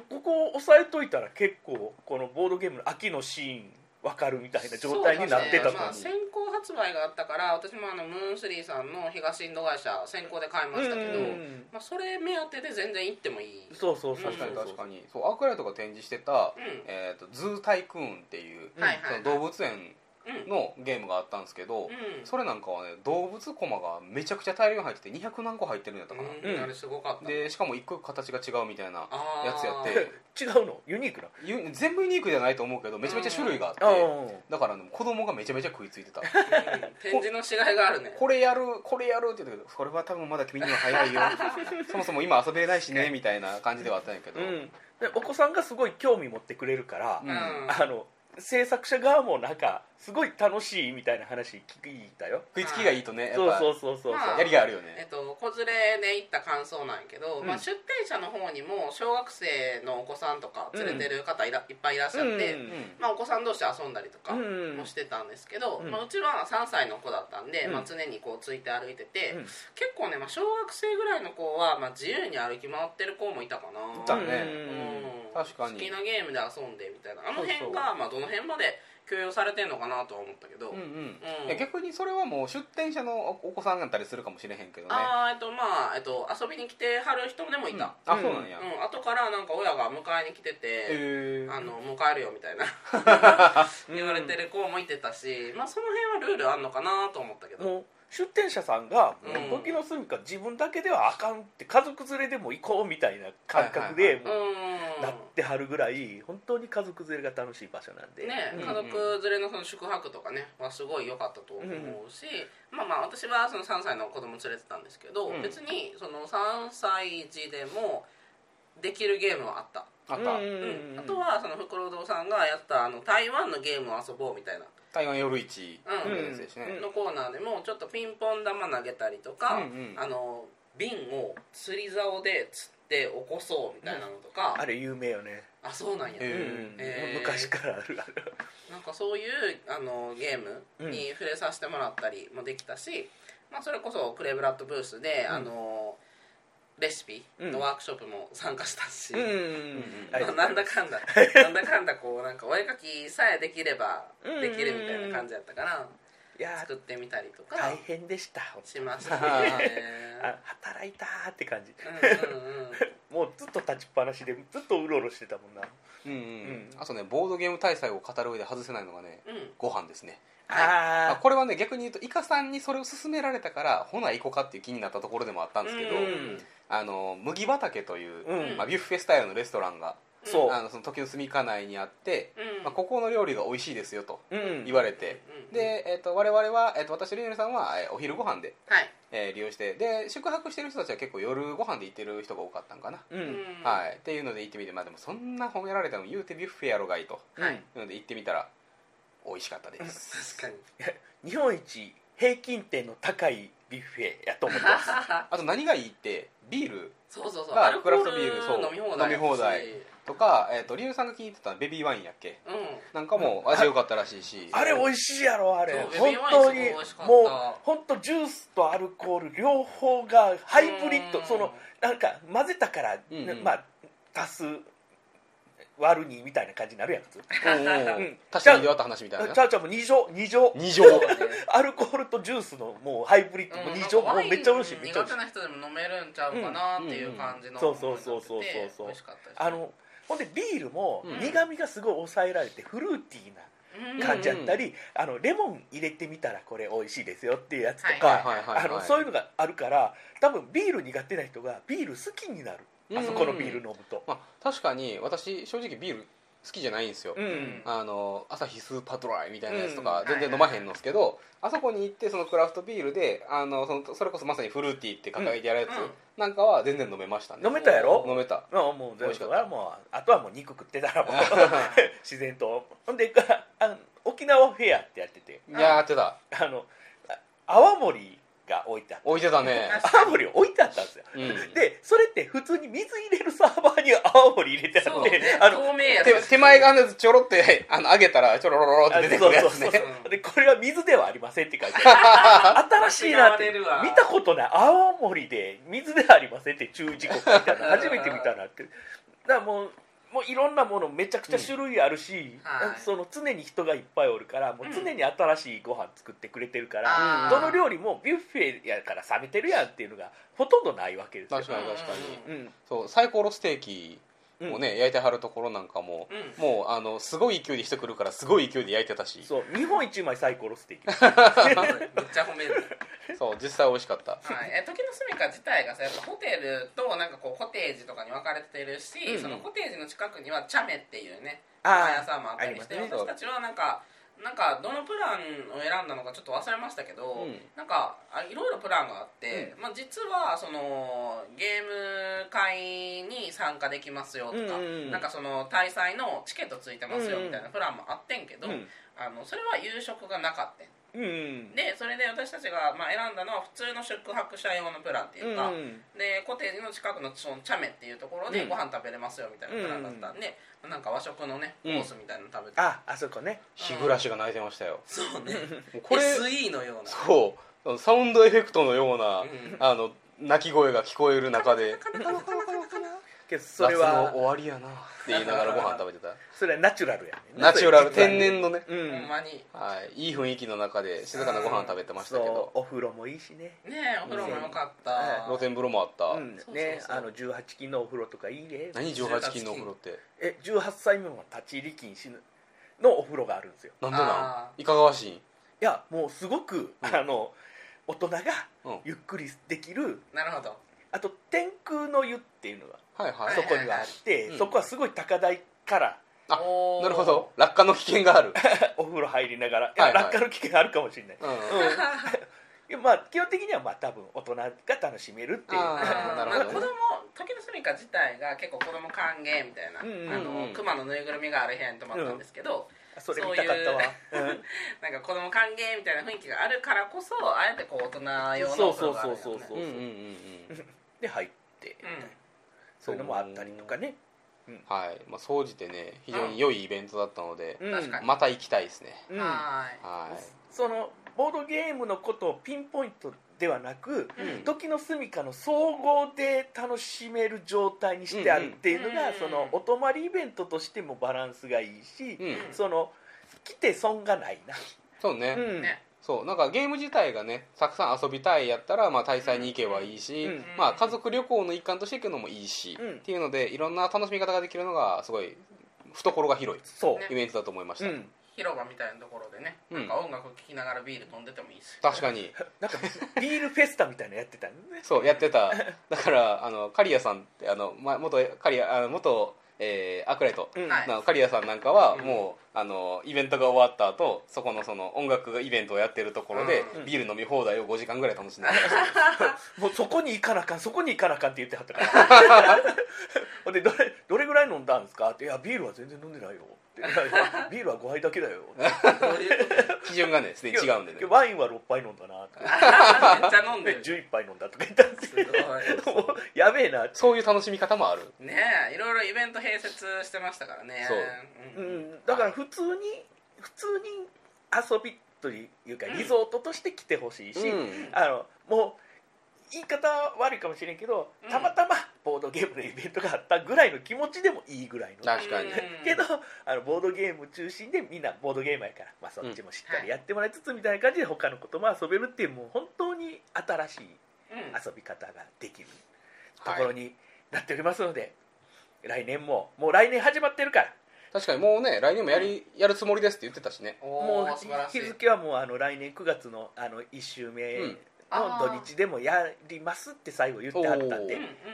ここを押さえといたら結構このボードゲームの秋のシーン分かるみたいな状態になってたと
そうですねま
思
あ、先行発売があったから私もあのムーンスリーさんの東インド会社先行で買いましたけど、
う、うん、
まあ、それ目当てで全然行ってもいい
そうそうそう
確かに確か
に
にそうアークライトが展示してた、
うん
えー、とズータイクーンっていう、
はいはいはい
その動物園
うん
のゲームがあったんですけど、
うん
それなんかはね動物コマがめちゃくちゃ大量に入ってて200何個入ってるんやったかな、
うんあれすごかった
でしかも一個一個形が違うみたいな
あー
やつやっ
違
て
うのユニークな
ゆ全部ユニークじゃないと思うけどめちゃめちゃ種類があって、
う
だから、ね、子供がめちゃめちゃ食いついてた
うん展示のしがいがあるね
これやるこれやるって言ったけどそれは多分まだ君には早いよそもそも今遊べれないしねみたいな感じではあったんやけど、
ん、うん、でお子さんがすごい興味持ってくれるから、
う
う
ん
あの制作者側もなんかすごい楽しいみたいな話聞いたよ
食いつきがいいとねやっ
そう
ぱ
そうそうそうそう、
まあ
やりがあるよ
えっ
ね、
と、子連れで行った感想なんやけど、
うん
まあ、出店者の方にも小学生のお子さんとか連れてる方いら、いっぱいいらっしゃって、
うん
まあ、お子さん同士遊んだりとか
うん
もしてたんですけど、
うん
まあ、うちは3歳の子だったんで、
うん
まあ、常にこうついて歩いてて、
うん
結構ね、まあ、小学生ぐらいの子は、まあ、自由に歩き回ってる子もいたかな。
いたね
う
うん
ん
確かに
好きなゲームで遊んでみたいなあの辺が
そうそう
まあ、どの辺まで許容されてんのかなとは思ったけど、
うんうん
うん
いや逆にそれはもう出店者のおお子さんだったりするかもしれへんけどね
ああえっとまあ、えっと、遊びに来てはる人でもい
うん
た
あ、そうなんや、
うん、後からなんか親が迎えに来てて、
えー
あの迎えるよみた
[laughs]
いな言われてる子もいてたし、まあ、その辺はルールあんのかなと思ったけど、
もう出店者さんが「
うん
時の住みか自分だけではあかん」って家族連れでも行こうみたいな感覚
はい
で
う
もうんなってはるぐらい本当に家族連れが楽しい場所なんで、
ね、
うん
家族連れのその宿泊とかねはすごい良かったと思うし、まあまあ私はその3歳の子供連れてたんですけど、
うん
別にその3歳児でもできるゲームはあった、
あった、
うん
うんあとはそのフクロウドさんがやったあの台湾のゲームを遊ぼうみたいな
台湾夜市
うん
のやつですね、
うん
のコーナーでもちょっとピンポン玉投げたりとか、
うんうん
あの瓶を釣り竿で釣って起こそうみたいなのとか、
あれ有名よね、
あそうなんや、
へえ
うん
えー
昔からあるある
なんかそういうあのゲームに触れさせてもらったりもできたし、まあ、それこそクレブラッドブースで、
うん
あのレシピのワークショップも参加したし、
ありがとう
まあ
ご
な
ざいま
んだ
す
か
[laughs]
んだなんだかんだこうなんかお絵描きさえできればできるみたいな感じだったから
いや
作ってみたりとか
大変でした
しましたね。
あ働いたーって感じ
うんうんうん
もうずっと立ちっぱなしでずっとうろうろしてたもんな
うんうん
うん
あとねボードゲーム大祭を語る上で外せないのがね
うん
ご飯ですね
あ
あこれはね逆に言うとイカさんにそれを勧められたからほな行こうかっていう気になったところでもあったんですけど、
うん
あの麦畑という、
うん
まあ、ビュッフェスタイルのレストランが
そう
あのその時の住みか内にあって、
うん
まあ、ここの料理が美味しいですよと
うん
言われて、
うん
で、えっと我々は、えっと私とリエルさんは、えーお昼ご飯で、
はい、
えー利用してで宿泊してる人たちは結構夜ご飯で行ってる人が多かったんかな、
うん
うん
はい、っていうので行ってみてまあでもそんな褒められたの言うてビュッフェやろがいいと
はい
なので行ってみたら美味しかったです
[laughs]
確かに
日本一平均点の高いビュッフェやと思ってます
あと何がいいってビール
そうそうそう
まあ
アルコー
クラフトビールそう
ル飲み放題やし
飲み放題とか、えー、とリエルさんが聞いてたのベビーワインやっけ
うん
なんかも味良かったらしいし
[laughs] あれ美味しいやろあれ
そう
本当に
ベビーワインすごい美味しかった
もう本当ジュースとアルコール両方がハイブリッ
う
ド
ん
そのなんか混ぜたから、
うんうん
まあ足す割るにみたいな感じになるやん普通
おうおう
うん
確かにであった話みたいな
ちゃうちゃうもう二乗二乗 [laughs]
二乗
アルコールとジュースのもうハイブリッド、もう二乗もうめっちゃ美味しいめっちゃ美味し
苦手
い
な人でも飲めるんちゃうかなっていう感じの
うんうんそうそうそうそうそう
美味しかったです
あのほんでビールも
うん
苦味がすごい抑えられてフルーティーな感じやったり、あのレモン入れてみたらこれ美味しいですよっていうやつとか、
はい
はいはいはい
あのそういうのがあるから多分ビール苦手な人がビール好きになる、
うん
あそこのビール飲むと、
まあ、確かに私正直ビール好きじゃないんですよ、
うん
あの朝日スーパードライみたいなやつと
う
か
ん
全然飲まへんのですけど、あそこに行ってそのクラフトビールであのそのそれこそまさにフルーティーって掲げてやるやつ
うん
なんかは全然飲めましたね、
飲めたやろ
飲めた
まあもう
美味しか
そ
っ
れ
た
はもうあとはもう肉食ってた
[laughs]
らもう自然とほんであの沖縄フェアってやってて
いやーってた
あのあ泡盛が置いてあって
置いて
[laughs]
たね、
泡盛置いてあったんですよ
うん、
でそれって普通に水入れるサーバーに泡盛入れてあ
そう
っ
ね
て、あの
透明や
手手前側のやつちょろってあの上げたらちょろろろろって出てくるやつ
あそうそう
ね
そうでこれは水ではありませんって書いてあ [laughs] る新しいなって
間違われるわ
見たことない青森で水ではありませんって注意事項書いてあるの初めて見たなってだからもうもういろんなものめちゃくちゃ種類あるし、
うんはい
その常に人がいっぱいおるからもう常に新しいご飯作ってくれてるから、
あー
どの料理もビュッフェやから冷めてるやんっていうのがほとんどないわけですよ
確かに確かに、
うん
そうサイコロステーキ
うん
もうね焼いてはるところなんかも、
うん
もうあのすごい勢いで人来るからすごい勢いで焼いてたしそ
そう日本一うまいサイコロステーキ
めっちゃ褒める、
う実際美味しかっ
は
た
い、え時の住みか自体がさやっぱホテルとなんかこうコテージとかに分かれてるし、
うんうん
そのコテージの近くにはチャメっていうね
あー
パン屋さんもあったりして
ありますね
私たちはなんかなんかどのプランを選んだのかちょっと忘れましたけど、
うん
なんかあいろいろプランがあって、まあ、実はそのゲーム会に参加できますよとか、
うんうんうん
なんかその滞在のチケットついてますよみたいなプランもあってんけど、
うん
あのそれは夕食がなかったん
うん
でそれで私たちがまあ選んだのは普通の宿泊者用のプランっていうか、
うん
でコテージの近くのそのチャメっていうところで
うん
ご飯食べれますよみたいなプランだったんで、なんか和食のねコ
うん
ースみたいなの食べて、
ああそこね
日暮らしが泣いてましたよ
そうね
もうこ
こ
れ
れ SE のような
そうサウンドエフェクトのような、
うん
あの鳴き声が聞こえる中で
けどそ
夏
れ
の終
は
わりやなって言いながらご飯食べてた
それはナチュラルやねんな
ナチュラル
それは
天然のね、
うん
[laughs] ほんまに
はい、いい雰囲気の中で静かなご飯食べてましたけ
そ
ど
うお風呂もいいしね
ねえお風呂もよかった、
はい
露天風呂もあった、
うん
そうそうそう
ねあの18金のお風呂とかいいね
何18金のお風呂って
え18歳未満は立ち入り禁止のお風呂があるんですよ
なんでなん
あ
いかがわしいん
いやもうすごく、
うん
あの大人が
うん
ゆっくりできる
なるほど
あと天空の湯っていうのが
はいはい
そこにはあって、
うん
そこはすごい高台から
あ
おー
な
[laughs]
るほど落下の危険がある、
お風呂入りながら、い
は
や
いはい
落下の危険あるかもしれない、
うん、あ
うんいやまあ、基本的にはまあ多分大人が楽しめるっていう
あ
[laughs]
ーなるほど
まあ
ね
子供時の住みか自体が結構子供歓迎みたいな、
うんうん
う
あ
ん
の熊のぬいぐるみがある部屋に泊まったんですけど、
それ見たかったわ
なんか子供歓迎みたいな雰囲気があるからこそあえてこう大人用のお風呂があるよね
そうそうそうそううん
うんうんうん
うんで入って、
うん
そういうのもあったりとかね、
はいまあ総じてね非常に良いイベントだったので、
うん
確かに
また行きたいですね
うん
はーい
は
そのボードゲームのことをピンポイントではなく、
い、
うん
時の住みかの総合で楽しめる状態にしてあるっていうのが、
うんうん
そのお泊まりイベントとしてもバランスがいいし、
うん、
その来て損がないな、
そうね、
うん
ね
そうなんかゲーム自体がねたくさん遊びたいやったら、まあ、滞在に行けばいいし、
うん
まあ、家族旅行の一環として行くのもいいし、
うん
っていうのでいろんな楽しみ方ができるのがすごい懐が広い
そう、
ね
イベントだと思いました、
うん、
広場みたいなところでね、
うん
なんか音楽聴きながらビール飲んでてもいい
[laughs]
し
確かに
なんかビールフェスタみたいなのやってたのね
そうやって
[laughs]
ただからあの刈谷さんってあの、ま、元刈谷あの元、えーアクライト
うん
はい
の刈谷さんなんかは
うん
もう、あのイベントが終わった後そこのその音楽イベントをやってるところで、
うん
ビール飲み放題を5時間ぐらい楽しんでました
もうそこに行かなあかんそこに行かなあかんって言ってはったから
[laughs]
ほんでどれどれぐらい飲んだんですかって「いやビールは全然飲んでないよ」っていやいや「ビールは5杯だけだよ」
どういうこと
基準がねすでに違うんで
[laughs]
ね
いやワインは6杯飲んだなって
めっちゃ飲んで
[laughs] で
る
11杯飲んだとか言ったんですす
ご
け
い
どもうやべえな
そういう楽しみ方もある
ねえいろいろイベント併設してましたからね
そう
う
うん
ん、だから普通に、普通に遊びというか
うん
リゾートとして来てほしいし、
うん
あのもう言い方は悪いかもしれんけど、
うん
たまたまボードゲームのイベントがあったぐらいの気持ちでもいいぐらいの、
確かに
うん
けどあのボードゲーム中心でみんなボードゲーマーやから、まあ、そっちもしっかりやってもらいつつみたいな感じで他のことも遊べるっていうもう本当に新しい
うん
遊び方ができると
はい
ころになっておりますので、来年ももう来年始まってるから。
確かにもうね来年もやり、やるつもりですって言ってたしね
お
も
ー
う
素晴らし
日
い
付はもうあの来年9月のあの1週目
うん
の土日でもやりますって最後言ってはったんで、
う
お
うんん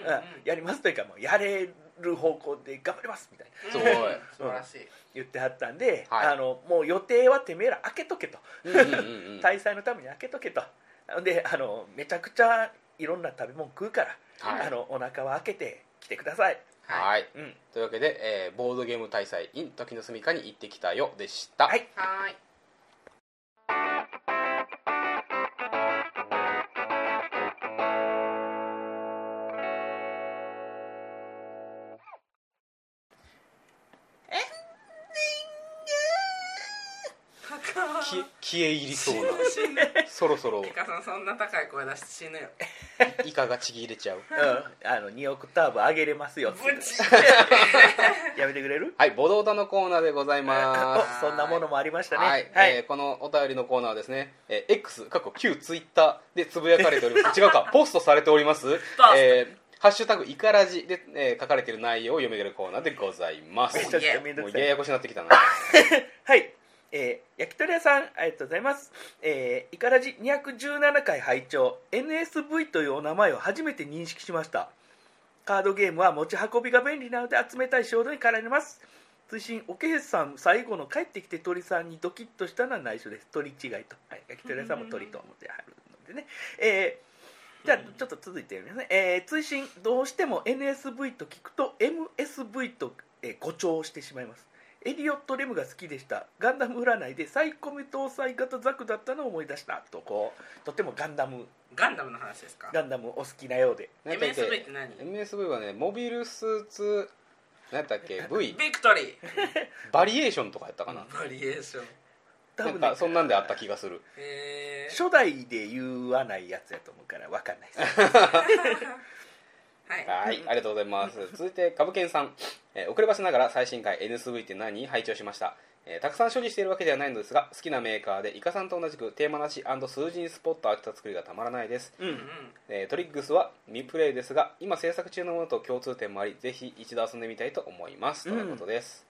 うん
やりますというかもうやれる方向で頑張りますみたいな
うん
すごい
素晴らしい
言ってはったんで、
はい
あのもう予定はてめえら開けとけと
うんうんうん [laughs] うん、はい、
滞在のために開けとけとであのめちゃくちゃいろんな食べ物食うから、
はい
あのお腹は開けて来てください、
はい
うん、
というわけで、えーボードゲーム大祭 in 時の住みかに行ってきたよでした、
はい
はーい
き消え入りそうな [laughs] そろそろ
ピカさんそんな高い声出して死ぬよ
イカがちぎれちゃう
うん、あの2オクターブ上げれますよ
ブチ
やめてくれる
はいボドオタのコーナーでございま
あ
す
おそんなものもありましたね
はい、えーこのお便りのコーナーはですね、え
[laughs]
ー X 過去旧ツイッターでつぶやかれております違うかポストされております
ト
えー「ハッシュタグイカラジで」えー書かれている内容を読み上げるコーナーでございます
[laughs] めちゃくちゃめんど
も
く
う
さ
や
い
やこしになってきたな
はい、えー焼き鳥屋さんありがとうございます、えー、イカラジ217回拝聴 NSV というお名前を初めて認識しましたカードゲームは持ち運びが便利なので集めたい衝動に駆られます通信おけへさん最後の帰ってきて鳥さんにドキッとしたのは内緒です鳥違いと、はい、焼き鳥屋さんも鳥と思ってはるのでね、えーじゃあちょっと続いて読みますね、えー通信どうしても NSV と聞くと MSV と、えー誤調してしまいますエリオット・レムが好きでしたガンダム占いでサイコメ搭載型ザクだったのを思い出したとこうとてもガンダム
ガンダムの話ですか
ガンダムお好きなようで
何やったっ
MSV っ
け
て何
MSV はねモビルスーツ何やったっけ V
ビクトリー
バリエーションとかやったかな
バリエーション
多
なん
ね
かそんなんであった気がする
えー、
初代で言わないやつやと思うから分かんないです
はい
はい、ありがとうございます。続いて、カブケンさん、えー遅ればせながら最新回 NSV って何拝聴しました、えーたくさん所持しているわけではないのですが、好きなメーカーでイカさんと同じくテーマなし数字にスポット当てた作りがたまらないです。
う
うん
ん
えートリックスは未プレイですが、今制作中のものと共通点もあり、ぜひ一度遊んでみたいと思います。
うん
とのことです。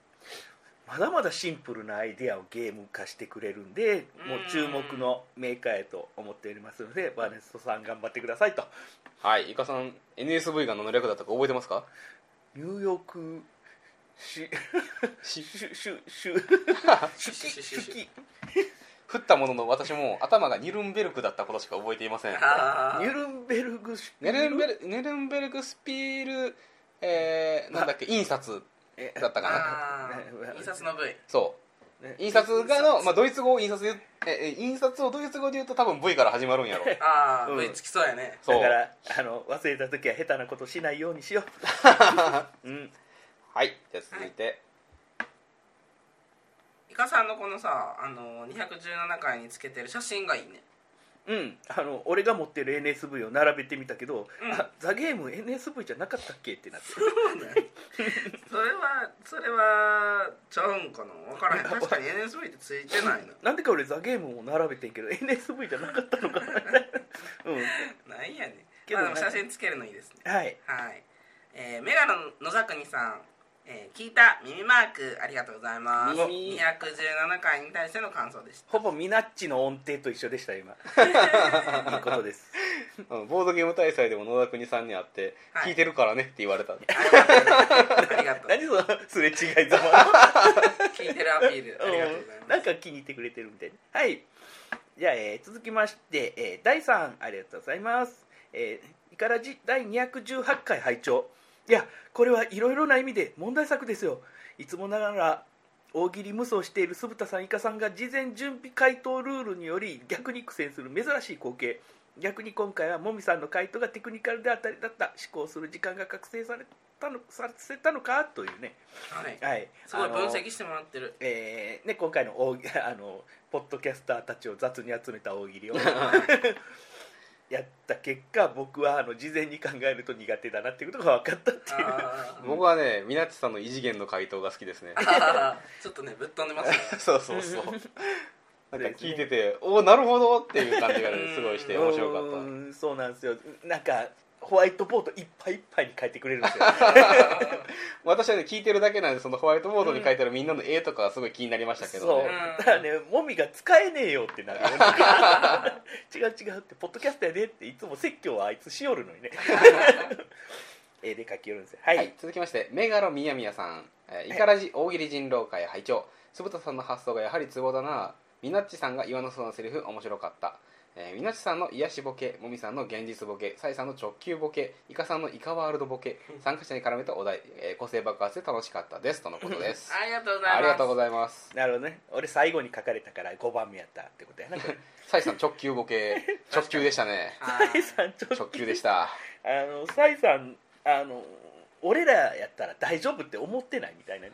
まだまだシンプルなアイデアをゲーム化してくれるんでもう注目のメーカーやと思っておりますのでバーネストさん頑張ってくださいと
はい、イカさん、NSV が何の略だったか覚えてますか
ニューヨークし
[laughs] し
しゅしゅしゅしゅきしゅき
降ったものの私も頭がニュルンベルクだったことしか覚えていません。
あ
ニ
ー
ュルンベルグシュ
ネルンベルネルンベルクスピール、えーなんだっけ印刷
え
だったかな
[laughs]
あー印刷の部位
そう
ね
印刷がの、まあ、ドイツ語を印刷でええ印刷をドイツ語で言うと多分 V から始まるんやろ
ああ、
うん
部位つきそうやね
そ
だ
う
からあの忘れた時は下手なことしないようにしよう、 [laughs] うん、
はいじゃあ続いて、
イカさんのこのさあの217回につけてる写真がいいね
うん、あの俺が持ってる NSV を並べてみたけど、
うん
あザ・ゲーム NSV じゃなかったっけってなって
[laughs] それはそれはちゃうんかな分からへん確かに NSV ってついてない [laughs] の
なんでか俺ザ・ゲームを並べてんけど NSV じゃなかったのかな [laughs] う
なんやね
けど
まあでも写真つけるのいいですね
んはい
はい、えーメガロン野沢国さん、えー聞いた耳マークありがとうございます
耳
217回に対しての感想でした
ほぼミナッチの音程と一緒でした [laughs] 今いいことです
うんボードゲーム大祭でも野田国さんに会って、
はい
聞いてるからねって言われた
ありがとう
何そのすれ違いざま
聞いてるアピールありがとうございます
なんか気に入ってくれてるみたいなはいじゃあ、えー続きまして、えー、第3ありがとうございますえー、イカラジ第218回拝聴いやこれはいろいろな意味で問題作ですよいつもながら大喜利無双している酢豚さんイカさんが事前準備回答ルールにより逆に苦戦する珍しい光景逆に今回はもみさんの回答がテクニカルで当たりだった思考する時間が覚醒されたのさせたのかというね
はい
はい
すごい
あの
分析してもらってる
えーね、今回の大喜 [laughs] あのポッドキャスターたちを雑に集めた大喜
[laughs]
利をやった結果僕はあの事前に考えると苦手だなっていうことが分かったっていう
あ
僕はねみなっちさんの異次元の回答が好きですね
ー [laughs] ちょっとねぶっ飛んでますね
[laughs] そうそう [laughs] そうなんか聞いてておおなるほどっていう感じがねすごい [laughs] して面白か
う
っ
ーんそうなんですよなんかホワイトボードいっぱいいっぱいに書いてくれるんですよ
た私はね聞いてるだけなんでそのホワイトボードに書いてあるみんなの絵とかがすごい気になりましたけど
そう
ね
だからねもみが使えねえよってなるよね違う違うってポッドキャスターやでっていつも説教はあいつしよるのに
[laughs]
ね絵で書きよるんですよは
はいい、、続きましてメガロみやみやさん、えーイカラジ大喜利人狼会拝聴つぶたさんの発想がやはりツボだなみなっちさんが言わなそうなセリフ面白かった、えーみなっちさんの癒しボケもみさんの現実ボケさいさんの直球ボケイカさんのイカワールドボケ [laughs] 参加者に絡めたお題、えー個性爆発で楽しかったですとのことです
ありがとうございます
[laughs] ありがとうご
い
ざいます
なるほどね俺最後に書かれたから5番目やったってことやなこれ
さいさん直球ボケ [laughs] 直球でしたね
サイさんちょっと
直球で [laughs] した
あのサイさんあの俺らやったら大丈夫って思ってないみたいな
い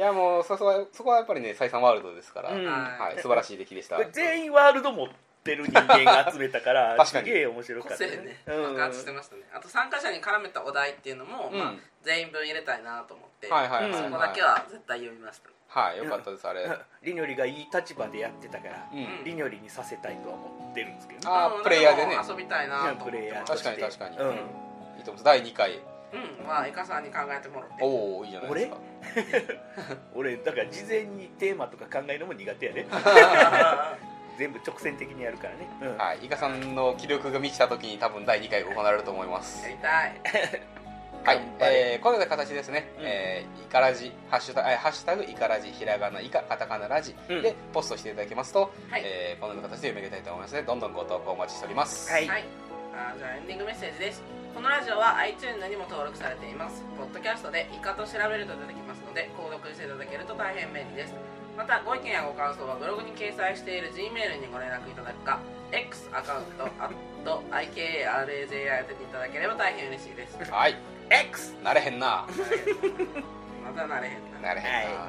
やもうそこはそこはやっぱりねさいさんワールドですから、
うん
はい、素晴らしい出来でした
これ全員ワールド持ってる人間が集めたから
確かに
すげえ面白
個
かった
性ね
うん
爆発してましたねあと参加者に絡めたお題っていうのも、
うん
まあ、全員分入れたいなと思って、
はいはいはい、
うん
そこだけは絶対読みました、
はい、よかったです、あれ。
リニョリがいい立場でやってたから、
うん
ん
リニョリにさせたいとは思ってるんですけどね
あー
うん
プレイヤーでね
遊びたいなと思っ
プ
て
レイヤー
確かに確かに
うん
うん
いいと思います第2回
うんまあイカさんに考えてもらって [laughs]
おおいいじゃないですか
俺だから事前にテーマとか考えるのも苦手やね全部直線的にやるからね、うん
はいイカさんの気力が満ちた時に多分第2回が行われると思います
やりたい
はい
頑、張れ
えー、このような形ですね、
うん
えーイカラジハッシュタグ、えーハッシュタグイカラジひらがなイカカタカナラジ
うん
でポストしていただけますと、
はい
えーこのような形で読み上げたいと思いますのでどんどんご投稿お待ちしております
はい
はい、あーじゃあエンディングメッセージですこのラジオは iTunes にも登録されていますポッドキャストでイカと調べると出てきますので購読していただけると大変便利ですまたご意見やご感想はブログに掲載している G メールにご連絡いただくか X アカウント IKRAJI 宛てにいただければ大変嬉しいです
はい
X
なれへんな
[laughs] またなれへんな
なれへんな、
は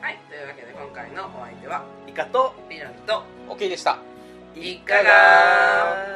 はいというわけで今回のお相手は
イカと
ピランと
オッ OK でした
イカが